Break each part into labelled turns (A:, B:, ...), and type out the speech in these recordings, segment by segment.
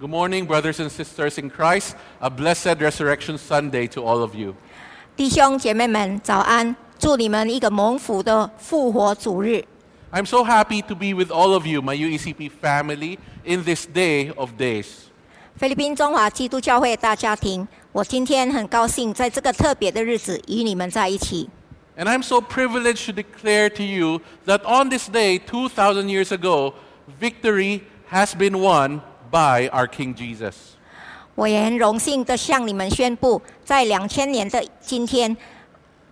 A: Good morning, brothers and sisters in Christ. A blessed Resurrection Sunday to all of you.
B: 弟兄姐妹们，早安！祝你们一个蒙福的复活主日。
A: I'm so happy to be with all of you, my UECP family, in this day of days.
B: 菲律宾中华基督教会大家庭，我今天很高兴在这个特别的日子与你们在一起。
A: And I'm so privileged to declare to you that on this day, 2,000 years ago, victory has been won by our King Jesus.
B: 我也很荣幸地向你们宣布，在两千年的今天，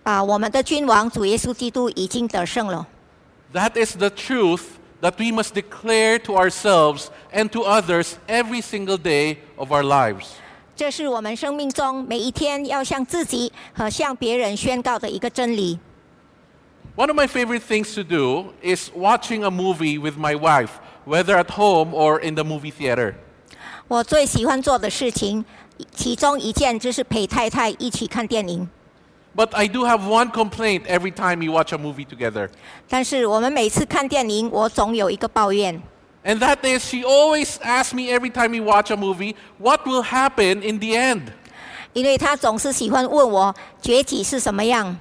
B: 啊，我们的君王主耶稣基督已经得胜了。
A: That is the truth that we must declare to ourselves and to others every single day of our lives.
B: 这是我们生命中每一天要向自己和向别人宣告的一个真理。
A: One of my favorite things to do is watching a movie with my wife, whether at home or in the movie theater.
B: 我最喜欢做的事情，其中一件就是陪太太一起看电影。
A: But I do have one complaint every time we watch a movie together,
B: 但是我们每次看电影，我总有一个抱怨，
A: and that is she always asks me every time we watch a movie, what will happen in the end?
B: 因为她总是喜欢问我结局是什么样。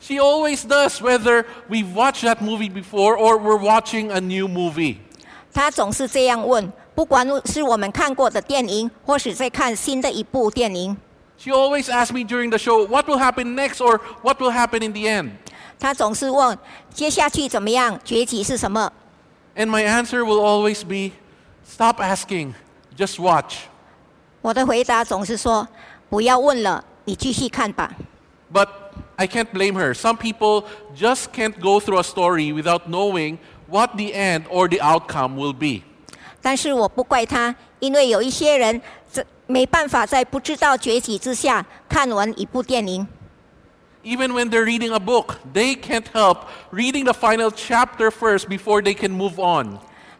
A: She always does, whether we've watched that movie before or we're watching a new movie.
B: 她总是这样问，不管是我们看过的电影，或是在看新的一部电影，
A: She always asks me during the show, what will happen next or what will happen in the end?
B: 她总是问接下去怎么样，结局是什么。
A: And my answer will always be stop asking, just watch.
B: 我的回答总是说不要问了，你继续看吧。
A: But I can't blame her. Some people just can't go through a story without knowing what the end or the outcome will be.
B: 但是我不怪她，因为有一些人这没办法在不知道结局之下看完一部电影。
A: Even when they're reading a book, they can't help reading the final chapter first before they can move on.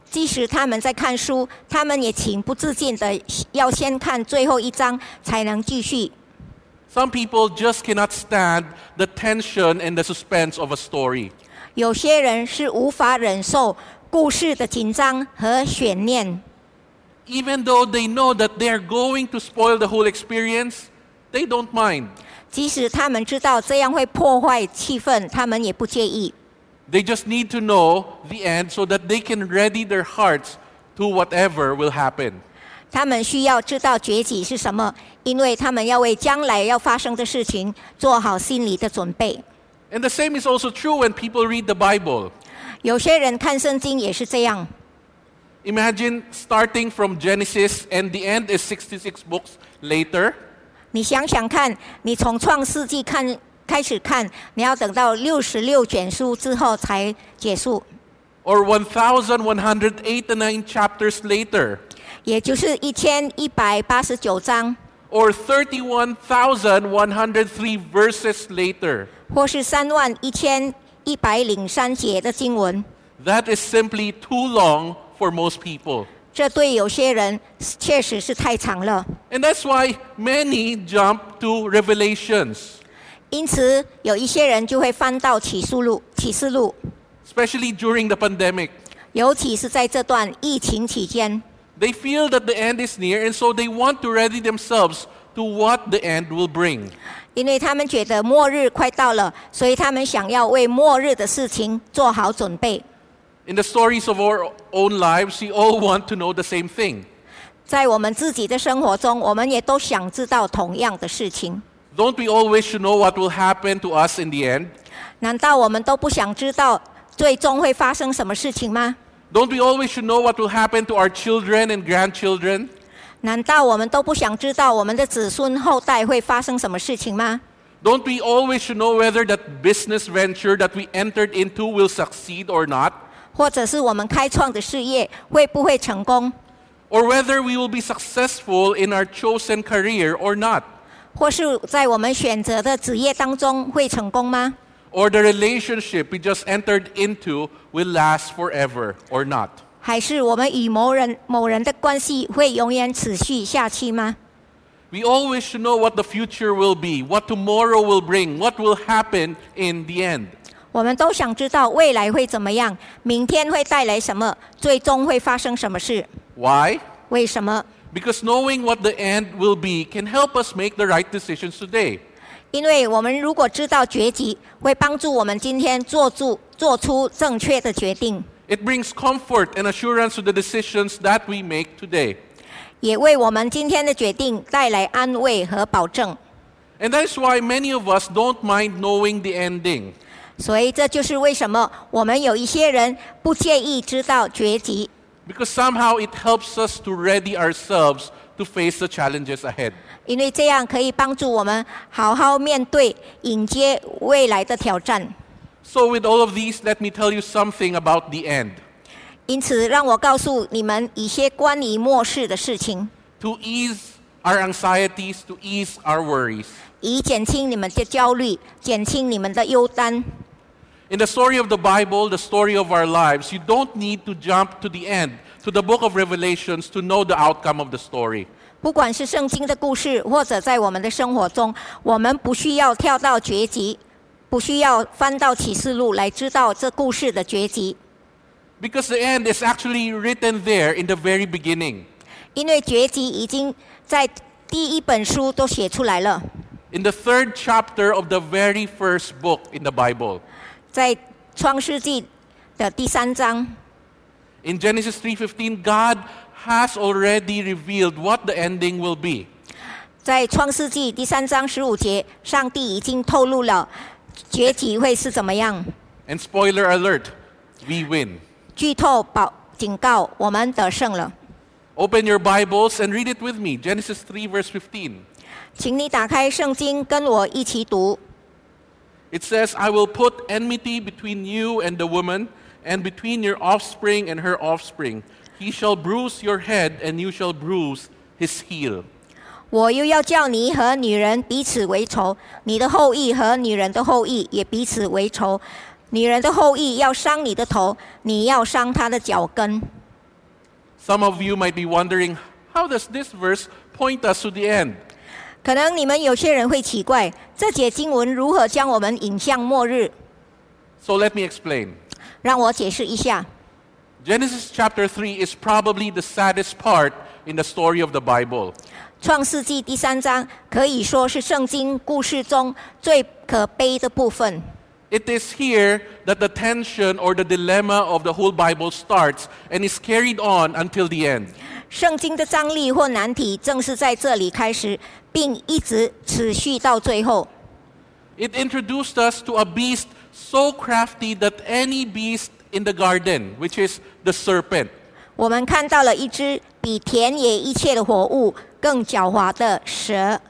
B: 即使他们在看书，他们也情不自禁的要先看最后一章才能继续。
A: Some people just cannot stand the tension and the suspense of a story.
B: 有些人是无法忍受故事的紧张和悬念，
A: Even though they know that they're going to spoil the whole experience, they don't mind.
B: 即使他们知道这样会破坏气氛，他们也不介意。
A: They just need to know the end so that they can ready their hearts to whatever will happen.
B: 他们需要知道结局是什么，因为他们要为将来要发生的事情做好心理的准备。
A: And the same is also true when people read the Bible.
B: 有些人看圣经也是这样，
A: Imagine starting from Genesis and the end is 66 books later.
B: 你想想看，你从创世纪看开始看，你要等到六十六卷书之后才结束，
A: Or 1,189 chapters later,
B: 也就是一千一百八十九章，
A: or 31,103 verses later.
B: 或是三万一千一百零三节的经文。
A: That is simply too long for most people.
B: 这对有些人确实是太长了，
A: And that's why many jump to Revelations.
B: 因此有一些人就会翻到启示录，启示录，
A: especially during the pandemic.
B: 尤其是在这段疫情期间，
A: They feel that the end is near, and so they want to ready themselves to what the end will bring.
B: 因为他们觉得末日快到了，所以他们想要为末日的事情做好准备。
A: In the stories of our own lives, we all want to know the same thing.
B: 在我们自己的生活中，我们也都想知道同样的事情。
A: Don't we all wish to know what will happen to us in the end?
B: 难道我们都不想知道最终会发生什么事情吗？
A: Don't we all wish to know what will happen to our children and grandchildren?
B: 难道我们都不想知道我们的子孙后代会发生什么事情吗？
A: Don't we all wish to know whether that business venture that we entered into will succeed or not?
B: 或者是我们开创的事业会不会成功？
A: Or whether we will be successful in our chosen career or not?
B: 或是在我们选择的职业当中会成功吗？
A: or the relationship we just entered into will last forever or not.
B: 还是我们与某人某人的关系会永远持续下去吗？
A: We all wish to know what the future will be, what tomorrow will bring, what will happen in the end.
B: 我们都想知道未来会怎么样，明天会带来什么，最终会发生什么事？
A: Why?
B: 为什么？
A: Because knowing what the end will be can help us make the right decisions today.
B: 因为我们如果知道结局，会帮助我们今天做出做出正确的决定，
A: It brings comfort and assurance to the decisions that we make today.
B: 也为我们今天的决定带来安慰和保证。
A: And that is why many of us don't mind knowing the ending.
B: 所以这就是为什么我们有一些人不介意知道结局，
A: Because somehow it helps us to ready ourselves to face the challenges ahead.
B: 因为这样可以帮助我们好好面对、迎接未来的挑战。
A: So, with all of these, let me tell you something about the end.
B: 因此，让我告诉你们一些关于末世的事情，
A: To ease our anxieties, to ease our worries.
B: 以减轻你们的焦虑，减轻你们的忧担。
A: In the story of the Bible, the story of our lives, you don't need to jump to the end, to the book of Revelations, to know the outcome of the story.
B: 不管是圣经的故事，或者在我们的生活中，我们不需要跳到结局，不需要翻到启示录来知道这故事的结局，
A: Because the end is actually written there in the very beginning.
B: 因为结局已经在第一本书都写出来了，
A: In the third chapter of the very first book in the Bible.
B: 在创世纪的第三章，
A: In Genesis 3:15, God has already revealed what the ending will be.
B: 在创世纪第三章十五节，上帝已经透露了结局会是怎么样。
A: And spoiler alert, we win.
B: 剧透保警告，我们得胜了。
A: Open your Bibles and read it with me. Genesis 3 verse 15.
B: 请你打开圣经，跟我一起读。
A: It says, I will put enmity between you and the woman, and between your offspring and her offspring. He shall bruise your head, and you shall bruise his heel.
B: 我又要叫你和女人彼此为仇，你的后裔和女人的后裔也彼此为仇。女人的后裔要伤你的头，你要伤她的脚跟。
A: Some of you might be wondering, how does this verse point us to the end?
B: 可能你们有些人会奇怪，这节经文如何将我们引向末日？
A: So let me explain.
B: 让我解释一下。
A: Genesis chapter 3 is probably the saddest part in the story of the Bible.
B: 创世纪第三章可以说是圣经故事中最可悲的部分。
A: It is here that the tension or the dilemma of the whole Bible starts and is carried on until the end.
B: 圣经的张力或难题正是在这里开始，并一直持续到最后。
A: It introduced us to a beast so crafty that any beast in the garden, which is the serpent,
B: 我们看到了一只比田野一切的活物更狡猾的蛇，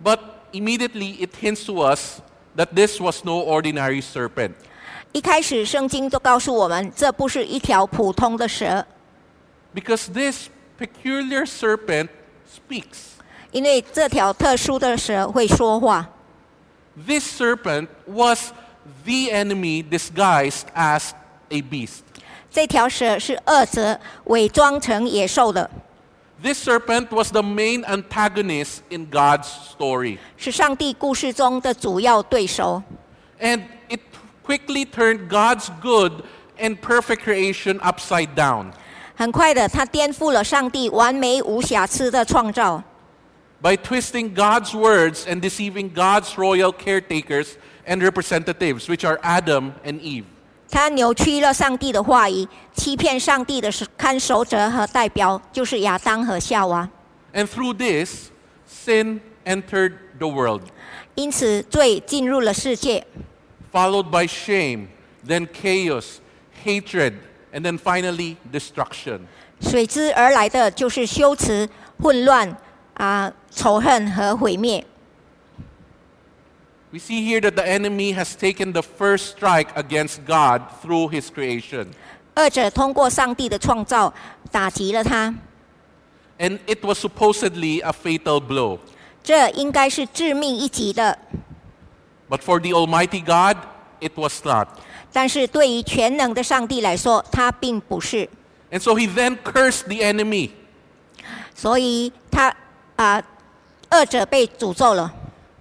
A: but immediately it hints to us that this was no ordinary serpent.
B: 一开始圣经就告诉我们，这不是一条普通的蛇，
A: Because this peculiar serpent speaks.
B: 因为这条特殊的蛇会说话。
A: This serpent was the enemy disguised as a beast.
B: 这条蛇是恶蛇，伪装成野兽的，
A: This serpent was the main antagonist in God's story.
B: 是上帝故事中的主要对手。
A: And it quickly turned God's good and perfect creation upside down.
B: 很快的，它颠覆了上帝完美无瑕疵的创造。
A: By twisting God's words and deceiving God's royal caretakers and representatives, which are Adam and Eve.
B: 他扭曲了上帝的话语，欺骗上帝的看守者和代表，就是亚当和夏娃。
A: And through this, sin entered the world,
B: 因此，罪进入了世界，
A: followed by shame, then chaos, hatred, and then finally destruction.
B: 随之而来的就是羞耻、混乱、啊、仇恨和毁灭。
A: We see here that the enemy has taken the first strike against God through his creation.
B: 二者通过上帝的创造打击了他，
A: And it was supposedly a fatal blow.
B: 这应该是致命一击的。
A: But for the Almighty God, it was not.
B: 但是对于全能的上帝来说，他并不是，
A: And so he then cursed the enemy.
B: 所以他啊，二者被诅咒了。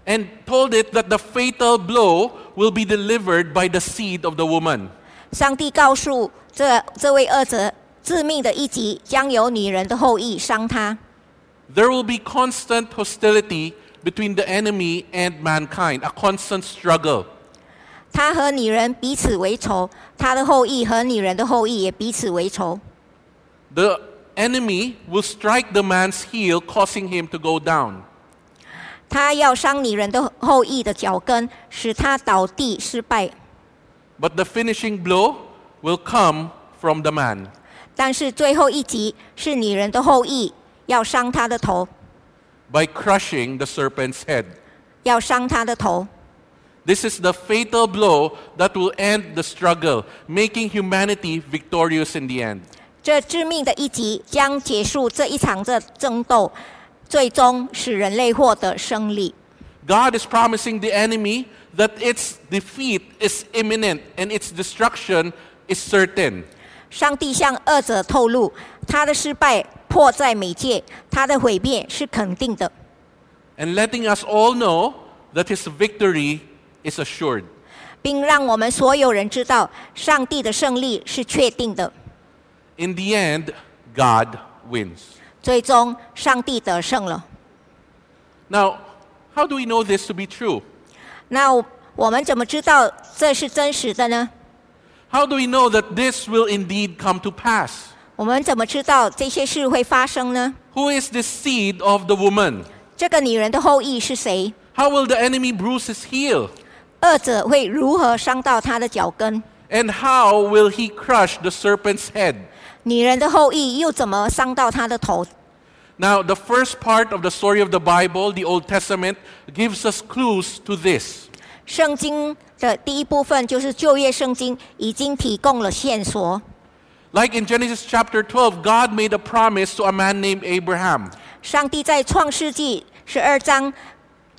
A: and told it that the fatal blow will be delivered by the seed of the woman.
B: 上帝告诉这这位恶者，致命的一击将由女人的后裔伤他。
A: There will be constant hostility between the enemy and mankind, a constant struggle.
B: 他和女人彼此为仇，他的后裔和女人的后裔也彼此为仇。
A: The enemy will strike the man's heel, causing him to go down.
B: 他要伤女人的后裔的脚跟，使他倒地失败。
A: But the finishing blow will come from the man.
B: 但是最后一集是女人的后裔要伤他的头，
A: by crushing the serpent's head.
B: 要伤他的头。
A: This is the fatal blow that will end the struggle, making humanity victorious in the end.
B: 这致命的一击将结束这一场这争斗，最终使人类获得胜利。
A: God is promising the enemy that its defeat is imminent and its destruction is certain.
B: 上帝向恶者透露，他的失败迫在眉睫，他的毁灭是肯定的，
A: And letting us all know that his victory is assured.
B: 并让我们所有人知道，上帝的胜利是确定的。
A: In the end, God wins.
B: 最终，上帝得胜了。
A: Now, how do we know this to be true?
B: 那我们怎么知道这是真实的呢？
A: How do we know that this will indeed come to pass?
B: 我们怎么知道这些事会发生呢？
A: Who is the seed of the woman?
B: 这个女人的后裔是谁？
A: How will the enemy bruise his heel?
B: 恶者会如何伤到她的脚跟？
A: And how will he crush the serpent's head?
B: 女人的后裔又怎么伤到她的头？
A: Now, the first part of the story of the Bible, the Old Testament, gives us clues to this.
B: 圣经的第一部分就是旧约圣经已经提供了线索。
A: Like in Genesis chapter 12, God made a promise to a man named Abraham.
B: 上帝在创世纪十二章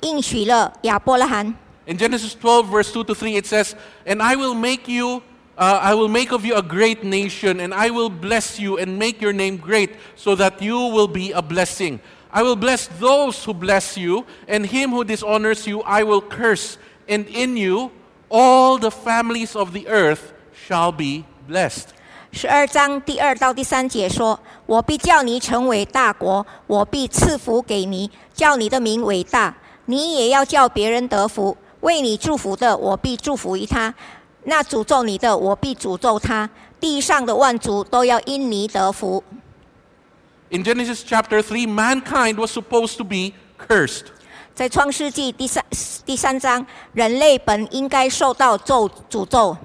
B: 应许了亚伯拉罕，
A: In Genesis 12, verse 2 to 3, it says, And I will make you, uh, I will make of you a great nation, and I will bless you and make your name great, so that you will be a blessing. I will bless those who bless you, and him who dishonors you I will curse, and in you all the families of the earth shall be blessed.
B: 十二章第二到第三节说：“我必叫你成为大国，我必赐福给你，叫你的名伟大，你也要叫别人得福。为你祝福的，我必祝福于他；那诅咒你的，我必诅咒他。地上的万族都要因你得福。
A: In Genesis chapter 3, mankind was supposed to be cursed. ”
B: 在创世纪第三第三章，人类本应该受到咒诅咒，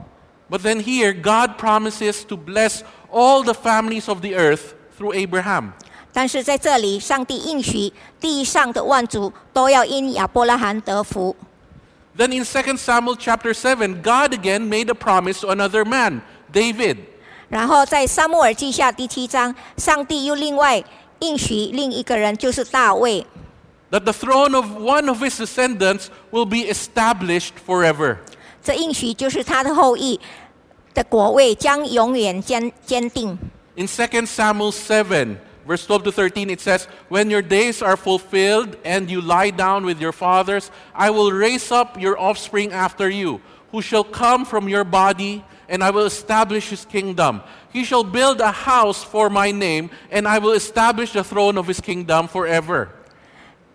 A: But then here, God promises to bless all the families of the earth through Abraham.
B: 但是在这里，上帝应许地上的万族都要因亚伯拉罕得福。
A: Then in 2 Samuel chapter 7, God again made a promise to another man, David.
B: 然后在撒母耳记下第七章，上帝又另外应许另一个人，就是大卫，
A: That the throne of one of his descendants will be established forever.
B: 这应许就是他的后裔的国位将永远坚坚定。
A: In 2 Samuel 7, verse 12 to 13, it says, When your days are fulfilled and you lie down with your fathers, I will raise up your offspring after you, who shall come from your body, and I will establish his kingdom. He shall build a house for my name, and I will establish the throne of his kingdom forever.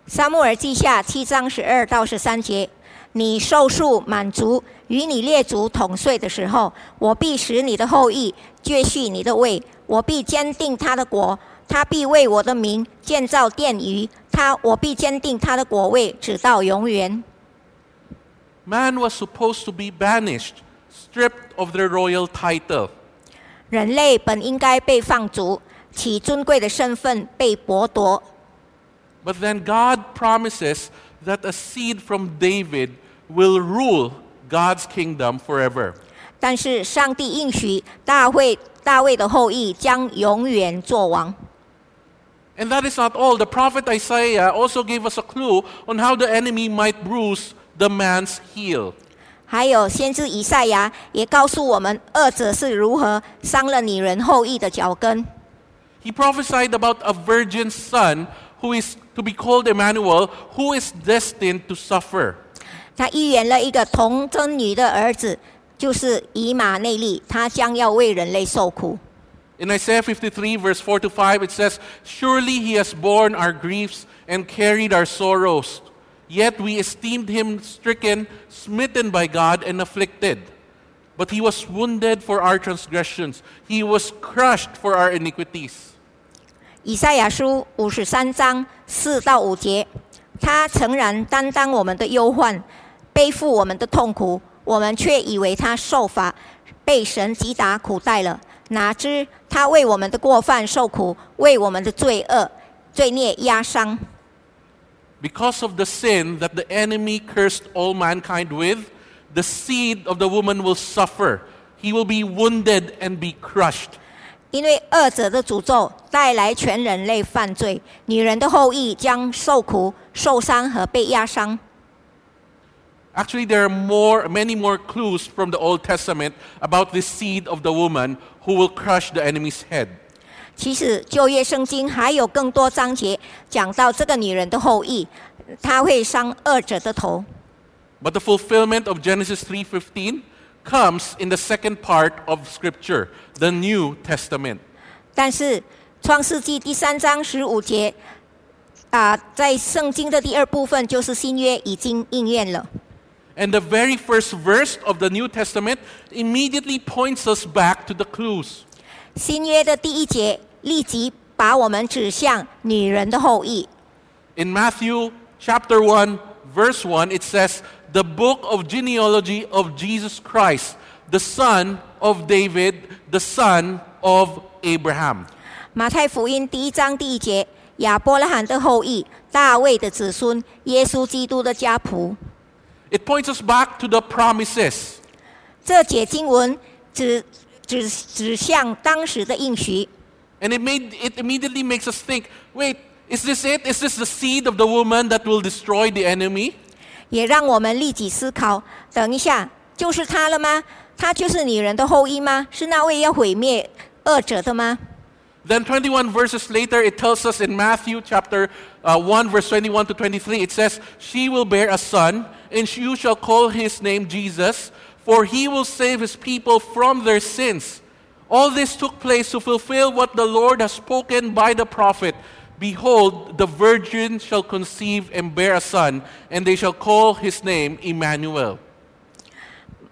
B: 撒母耳记下七章十二到十三节：你受数满足，与你列祖同睡的时候，我必使你的后裔接续你的位，我必坚定他的国，他必为我的名建造殿宇，他我必坚定他的国位，直到永远。
A: Man was supposed to be banished, stripped of their royal title.
B: 人类本应该被放逐，其尊贵的身份被剥夺。
A: But then God promises that a seed from David will rule God's kingdom forever.
B: 但是上帝应许大卫，大卫的后裔将永远作王。
A: And that is not all. The prophet Isaiah also gave us a clue on how the enemy might bruise the man's heel.
B: 还有先知以赛亚也告诉我们，恶者是如何伤了女人后裔的脚跟。
A: He prophesied about a virgin son who is to be called Emmanuel, who is destined to suffer.
B: 他预言了一个童贞女的儿子，就是以马内利，他将要为人类受苦。
A: In Isaiah 53, verse 4 to 5, it says, Surely he has borne our griefs and carried our sorrows. Yet we esteemed him stricken, smitten by God, and afflicted. But he was wounded for our transgressions, he was crushed for our iniquities.
B: 以赛亚书五十三章四到五节，他诚然担当我们的忧患，背负我们的痛苦，我们却以为他受罚，被神击打苦待了。哪知他为我们的过犯受苦，为我们的罪恶罪孽压伤。
A: Because of the sin that the enemy cursed all mankind with, the seed of the woman will suffer. He will be wounded and be crushed.
B: 因为二者的诅咒带来全人类犯罪，女人的后裔将受苦、受伤和被压伤。
A: Actually, there are more, many more clues from the Old Testament about the seed of the woman who will crush the enemy's head.
B: 其实旧约圣经还有更多章节讲到这个女人的后裔，她会伤二者的头。
A: But the fulfillment of Genesis 3:15 comes in the second part of scripture, the New Testament.
B: 但是创世纪第三章十五节啊、在圣经的第二部分就是新约已经应验了。
A: And the very first verse of the New Testament immediately points us back to the clues.
B: 新约的第一节立即把我们指向女人的后裔。
A: In Matthew chapter 1, verse 1, it says, The book of genealogy of Jesus Christ, the son of David, the son of Abraham.
B: 马太福音第一章第一节，亚伯拉罕的后裔，大卫的子孙，耶稣基督的家谱。
A: It points us back to the promises.
B: 这节经文指指指向当时的应许，
A: And it, made, it immediately makes us think wait, is this it? Is this the seed of the woman that will destroy the enemy?
B: 也让我们立即思考：等一下，就是他了吗？他就是女人的后裔吗？是那位要毁灭恶者的吗？
A: Then 21 verses later, it tells us in Matthew chapter uh, 1, verse 21 to 23, it says, She will bear a son, and sh- you shall call his name Jesus, for he will save his people from their sins. All this took place to fulfill what the Lord has spoken by the prophet. Behold, the virgin shall conceive and bear a son, and they shall call his name Emmanuel.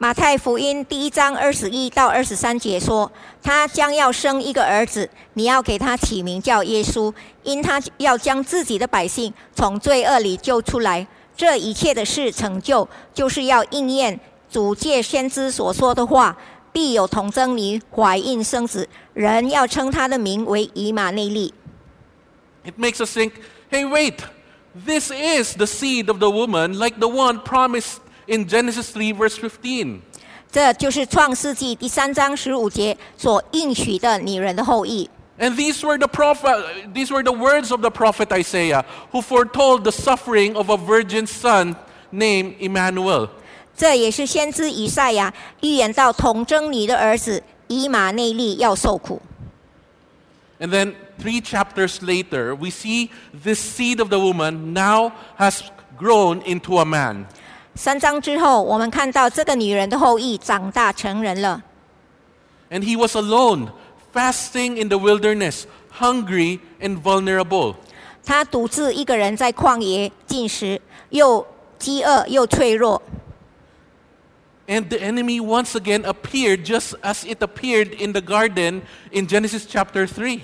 B: 马太福音第一章二十一到二十三节说，他将要生一个儿子，你要给他起名叫耶稣，因他要将自己的百姓从罪恶里救出来。这一切的事成就，就是要应验主借先知所说的话：必有童贞女怀孕生子，人要称他的名为以马内利。
A: It makes us think, hey, wait, this is the seed of the woman, like the one promised in Genesis 3, verse 15.
B: 这就是创世纪第三章十五节所应许的女人的后裔。
A: And these were the prophet, these were the words of the prophet Isaiah, who foretold the suffering of a virgin son named Emmanuel.
B: 这也是先知以赛亚预言到童贞女的儿子以马内利要受苦。
A: And then three chapters later, we see this seed of the woman now has grown into a man.
B: 三章之后，我们看到这个女人的后裔长大成人了。
A: And he was alone, fasting in the wilderness, hungry and vulnerable.
B: 她独自一个人在旷野进食，又饥饿又脆弱。
A: And the enemy once again appeared just as it appeared in the garden in Genesis chapter 3.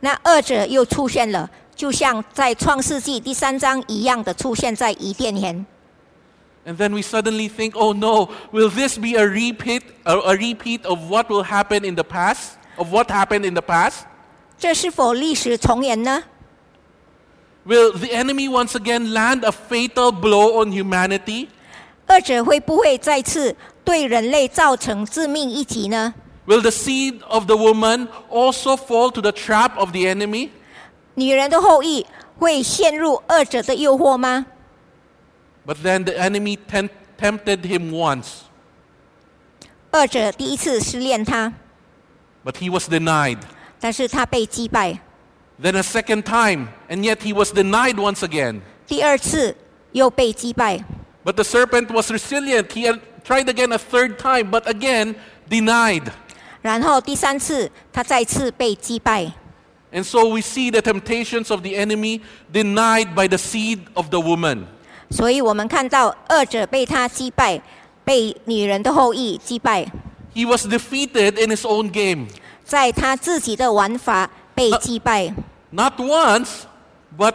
B: 那二者又出现了，就像在创世纪第三章一样的出现在伊甸园。
A: And then we suddenly think, oh no, will this be a repeat, a, a repeat of what will happen in the past? Of what happened in the past?
B: 这是否历史重演呢？
A: Will the enemy once again land a fatal blow on humanity?
B: 二者会不会再次对人类造成致命一击呢？
A: Will the seed of the woman also fall to the trap of the enemy?
B: 女人的后裔会陷入二者的诱惑吗？
A: But then the enemy tem- tempted him once,
B: 二者第一次失恋他，
A: but he was denied.
B: 但是他被击败；
A: Then a second time, and yet he was denied once again.
B: 第二次又被击败。
A: But the serpent was resilient. He had tried again a third time, but again denied.
B: 然后第三次他再次被击败。
A: And so we see the temptations of the enemy denied by the seed of the woman.
B: 所以我们看到二者被他击败，被女人的后裔击败，
A: He was defeated in his own game.
B: 在他自己的玩法被击败，
A: Not once, but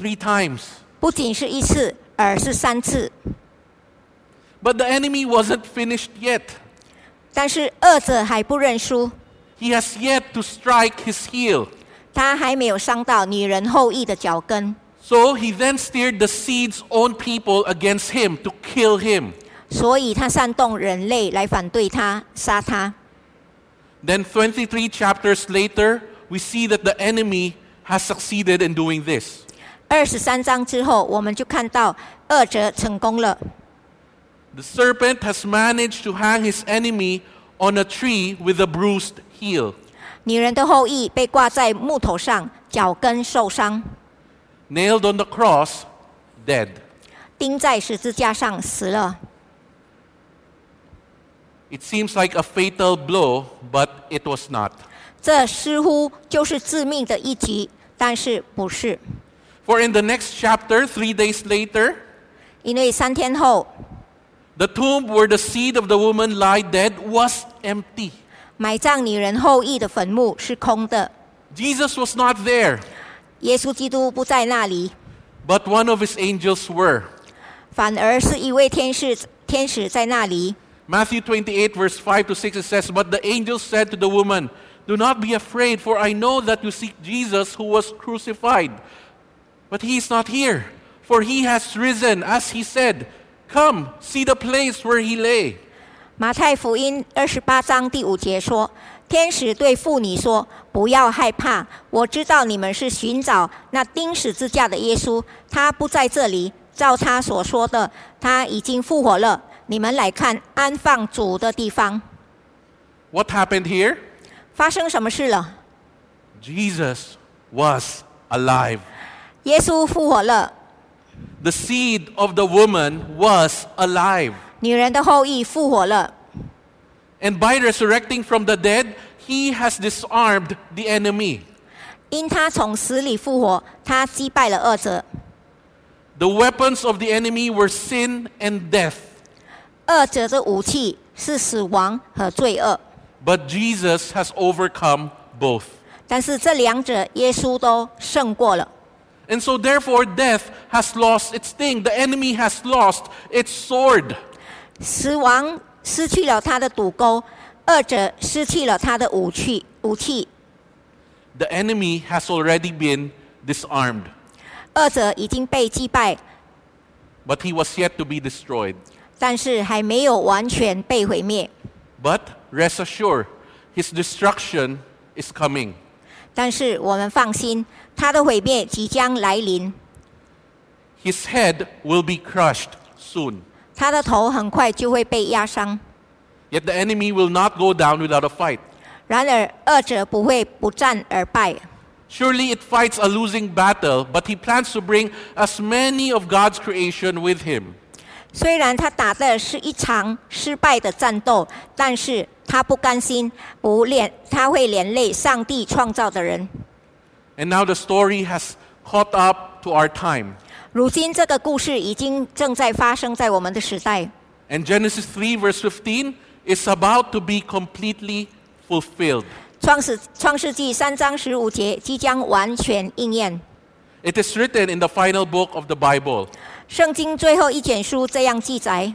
A: three times.
B: 不仅是一次，而是三次。
A: But the enemy wasn't finished yet.
B: 但是二者还不认输，
A: He has yet to strike his heel.
B: 他还没有伤到女人后裔的脚跟，
A: So he then steered the seed's own people against him to kill him.
B: 所以他煽动人类来反对他，杀他。
A: Then 23 chapters later, we see that the enemy has succeeded in doing this.
B: 二十三章之后，我们就看到二者成功了。
A: The serpent has managed to hang his enemy on a tree with a bruised heel.
B: 女人的后裔被挂在木头上，脚跟受伤，
A: Nailed on the cross, dead.
B: 钉在十字架上死了。
A: It seems like a fatal blow, but it was not.
B: 这似乎就是致命的一击，但是不是？
A: For in the next chapter, three days later,
B: 因为三天后，
A: the tomb where the seed of the woman lie dead was empty.
B: 埋葬女人后裔的坟墓是空的，
A: Jesus was not there,
B: 耶稣基督不在那里，
A: but one of his angels were.
B: 反而是一位天使，天使在那里。
A: Matthew 28, verse 5 to 6, it says, But the angel said to the woman, Do not be afraid, for I know that you seek Jesus who was crucified. But he is not here, for he has risen, as he said. Come, see the place where he lay.
B: 马太福音二十八章第五节说：“天使对妇女说，不要害怕，我知道你们是寻找那钉十字架的耶稣，他不在这里。照他所说的，他已经复活了。你们来看安放主的地方。
A: What happened here?
B: 发生什么事了？
A: Jesus was alive.
B: 耶稣复活了，
A: The seed of the woman was alive.
B: 女人的后裔复活了。
A: And by resurrecting from the dead, he has disarmed the enemy.
B: 因他从死里复活，他击败了二者。
A: The weapons of the enemy were sin and death.
B: 二者的武器是死亡和罪恶，
A: But Jesus has overcome both.
B: 但是这两者耶稣都胜过了。
A: And so, therefore, death has lost its sting. The enemy has lost its sword.
B: 死亡失去了他的赌钩，二者失去了他的武器。武器，
A: The enemy has already been disarmed,
B: 二者已经被击败，
A: but he was yet to be destroyed.
B: 但是还没有完全被毁灭。
A: But rest assured, his destruction is coming.
B: 但是我们放心，他的毁灭即将来临，
A: His head will be crushed soon.
B: 他的头很快就会被压伤。
A: Yet the enemy will not go down without a fight.
B: 然而，二者不会不战而败。
A: Surely it fights a losing battle, but he plans to bring as many of God's creation with him.
B: 虽然他打的是一场失败的战斗，但是他不甘心，不连他会连累上帝创造的人。
A: And now the story has caught up to our time.
B: 如今这个故事已经正在发生在我们的时代。
A: And Genesis 3, verse 15, is about to be completely fulfilled.
B: 创始创世纪三章十五节即将完全应验。
A: It is written in the final book of the Bible.
B: 圣经最后一卷书这样记载：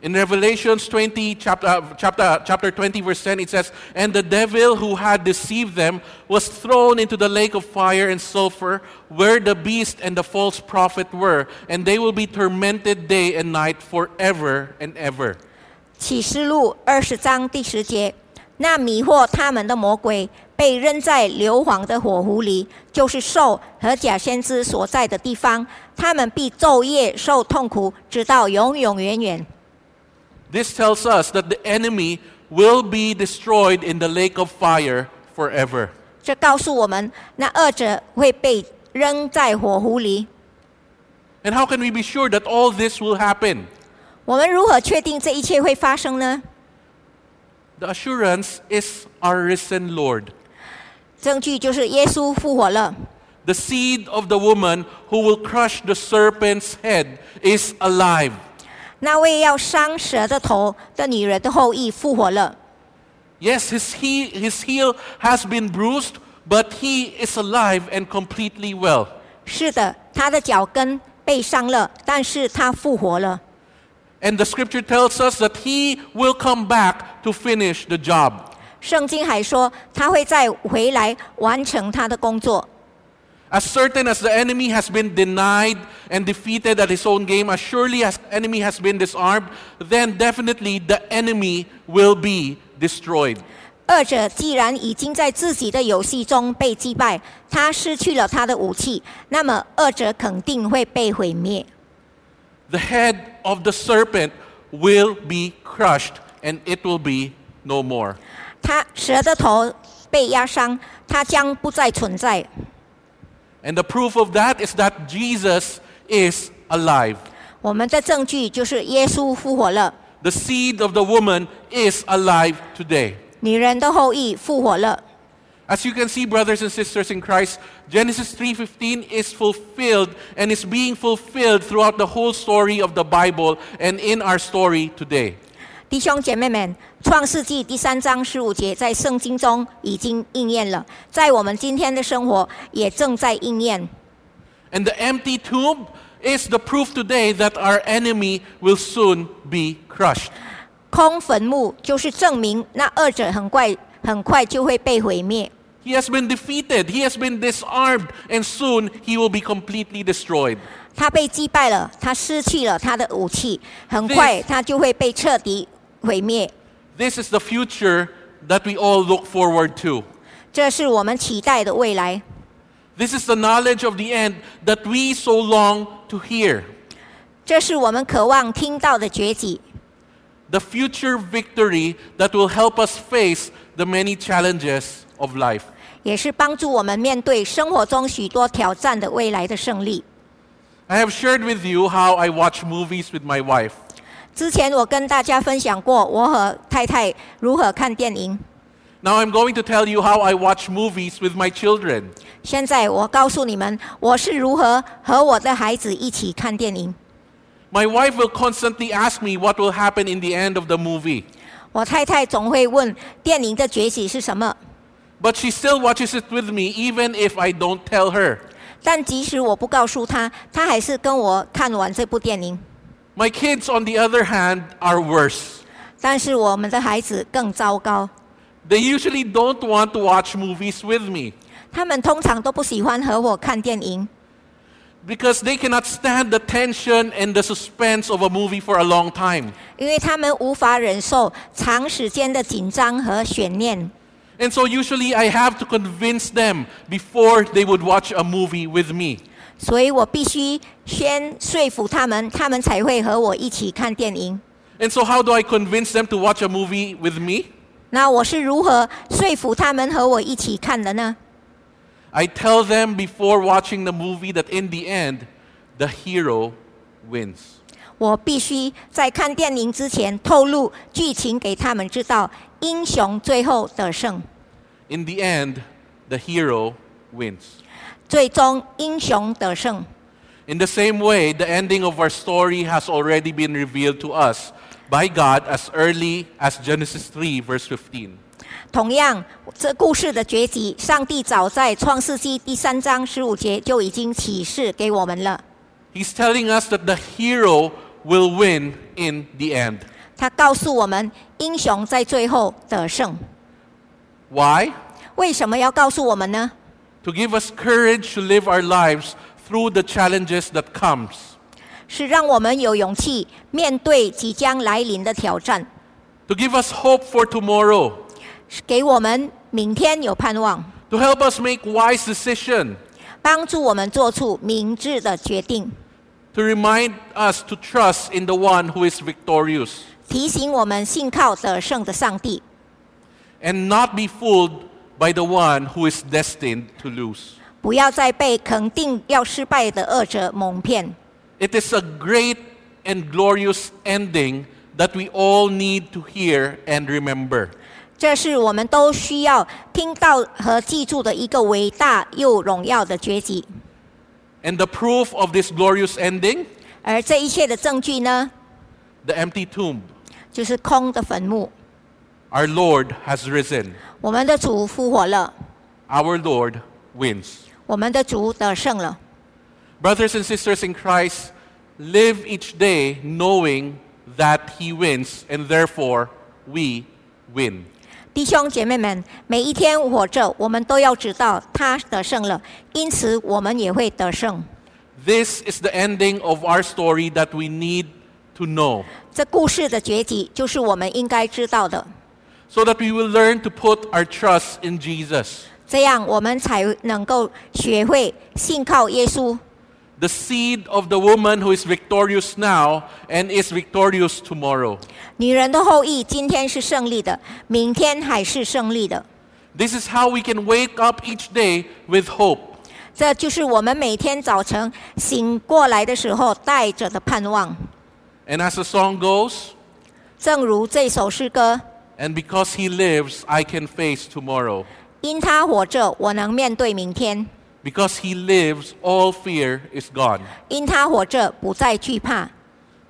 A: In Revelations 20, chapter, uh, chapter, uh, chapter 20, verse 10, it says, And the devil who had deceived them was thrown into the lake of fire and sulfur, where the beast and the false prophet were, and they will be tormented day and night forever and ever.
B: 启示录二十章第十节，那迷惑他们的魔鬼被扔在硫磺的火湖里，就是兽和假先知所在的地方。他们必昼夜受痛苦，直到永永远远。
A: This tells us that the enemy will be destroyed in the lake of fire forever.
B: 这告诉我们，那二者会被扔在火湖里。
A: And how can we be sure that all this will happen?
B: 我们如何确定这一切会发生呢？
A: The assurance is our risen Lord,
B: 证据就是耶稣复活了。
A: the seed of the woman who will crush the serpent's head is alive.
B: 那位要伤蛇的头的女人的后裔复活了。
A: Yes, his, he, his heel has been bruised, but he is alive and completely well.
B: 是的，她的脚跟被伤了，但是她复活了。
A: And the scripture tells us that he will come back to finish the job.
B: 圣经还说，他会再回来完成他的工作。
A: As certain as the enemy has been denied and defeated at his own game, as surely as the enemy has been disarmed, then definitely the enemy will be destroyed.
B: 二者既然已经在自己的游戏中被击败，他失去了他的武器，那么二者肯定会被毁灭。
A: The head of the serpent will be crushed and it will be no more.
B: 他蛇的头被压伤，他将不再存在。
A: And the proof of that is that Jesus is alive.
B: 我们的证据就是耶稣复活了，
A: The seed of the woman is alive today.
B: 女人的后裔复活了。
A: As you can see, brothers and sisters in Christ, Genesis 3:15 is fulfilled and is being fulfilled throughout the whole story of the Bible and in our story today.
B: 弟兄姐妹们，《创世纪》第三章十五节在圣经中已经应验了，在我们今天的生活也正在应验。
A: And the empty tomb is the proof today that our enemy will soon be crushed.
B: 空坟墓就是证明那二者很快很快就会被毁灭。
A: He has been defeated, he has been disarmed, and soon he will be completely destroyed.
B: 他被击败了，他失去了他的武器，很快
A: This-
B: 他就会被彻底毁灭。
A: This is the future that we all look forward to.
B: 这是我们期待的未来，
A: This is the knowledge of the end that we so long to hear.
B: 这是我们渴望听到的崛起，
A: the future victory that will help us face the many challenges of life.
B: 也是帮助我们面对生活中许多挑战的未来的胜利。
A: I have shared with you how I watch movies with my wife.
B: 之前我跟大家分享过我和太太如何看电影，
A: Now I'm going to tell you how I watch movies with my children.
B: 现在我告诉你们我是如何和我的孩子一起看电影。
A: My wife will constantly ask me what will happen in the end of the movie,
B: 我太太总会问电影的崛起是什么，
A: but she still watches it with me even if I don't tell her.
B: 但即使我不告诉她，她还是跟我看完这部电影。
A: My kids, on the other hand, are worse.
B: 但是我们的孩子更糟糕，
A: They usually don't want to watch movies with me
B: 他们通常都不喜欢和我看电影，
A: because they cannot stand the tension and the suspense of a movie for a long time.
B: 因为他们无法忍受长时间的紧张和悬念。
A: And so usually I have to convince them before they would watch a movie with me.
B: 所以我必须先说服他们，他们才会和我一起看电影。
A: And so how do I convince them to watch a movie with me?
B: 那我是如何说服他们和我一起看的呢？
A: I tell them before watching the movie that in the end, the hero wins.
B: 我必须在看电影之前透露剧情给他们知道，英雄最后得胜，
A: In the end, the hero wins.
B: 最终英雄得胜。
A: In the same way, the ending of our story has already been revealed to us by God as early as Genesis 3, verse 15.
B: 同样，这故事的结局，上帝早在创世纪第三章十五节就已经启示给我们了。
A: He's telling us that the hero will win in the end.
B: 他告诉我们，英雄在最后得胜。
A: Why?
B: 为什么要告诉我们呢？
A: to give us courage to live our lives through the challenges that comes,
B: 是让我们有勇气面对即将来临的挑战，
A: to give us hope for tomorrow,
B: 是给我们明天有盼望，
A: to help us make wise decisions,
B: 帮助我们做出明智的决定，
A: to remind us to trust in the one who is victorious
B: 提醒我们信靠得胜的上帝，
A: and not be fooled by the one who is destined to lose.
B: 不要再被肯定要失败的恶者蒙骗。
A: It is a great and glorious ending that we all need to hear and remember.
B: 这是我们都需要听到和记住的一个伟大又荣耀的绝迹。
A: And the proof of this glorious ending
B: 而这一切的证据呢，
A: the empty tomb.
B: 就是空的坟墓。
A: Our Lord has risen.
B: 我们的主复活了，
A: Our Lord wins.
B: 我们的主得胜了。
A: Brothers and sisters in Christ, live each day knowing that He wins, and therefore we win.
B: 弟兄姐妹们，每一天活着，我们都要知道他得胜了，因此我们也会得胜。
A: This is the ending of our story that we need to know
B: 这故事的结局就是我们应该知道的，
A: so that we will learn to put our trust in Jesus.
B: 这样我们才能够学会信靠耶稣。
A: The seed of the woman who is victorious now and is victorious tomorrow.
B: 女人的后裔今天是胜利的，明天还是胜利的。
A: This is how we can wake up each day with hope.
B: 这就是我们每天早晨醒过来的时候带着的盼望。
A: And as the song goes,
B: 正如这首诗歌
A: and because he lives, I can face tomorrow.：“
B: 因他活着，我能面对明天；
A: Because he lives, all fear is gone.
B: 因他活着，不再惧怕。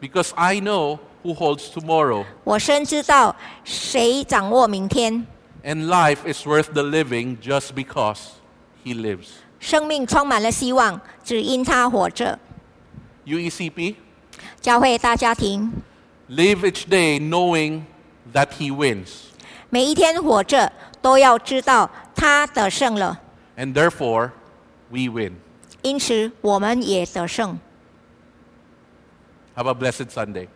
A: Because I know who holds tomorrow,
B: 我深知道谁掌握明天。
A: and life is worth the living just because he lives.
B: 生命充满了希望，只因他活着。
A: UECP, ”
B: 教会大家庭，
A: live each day knowing that he wins,
B: 每一天活着都要知道他得胜了，
A: and therefore we win.
B: 因此我们也得胜。
A: Have a blessed Sunday.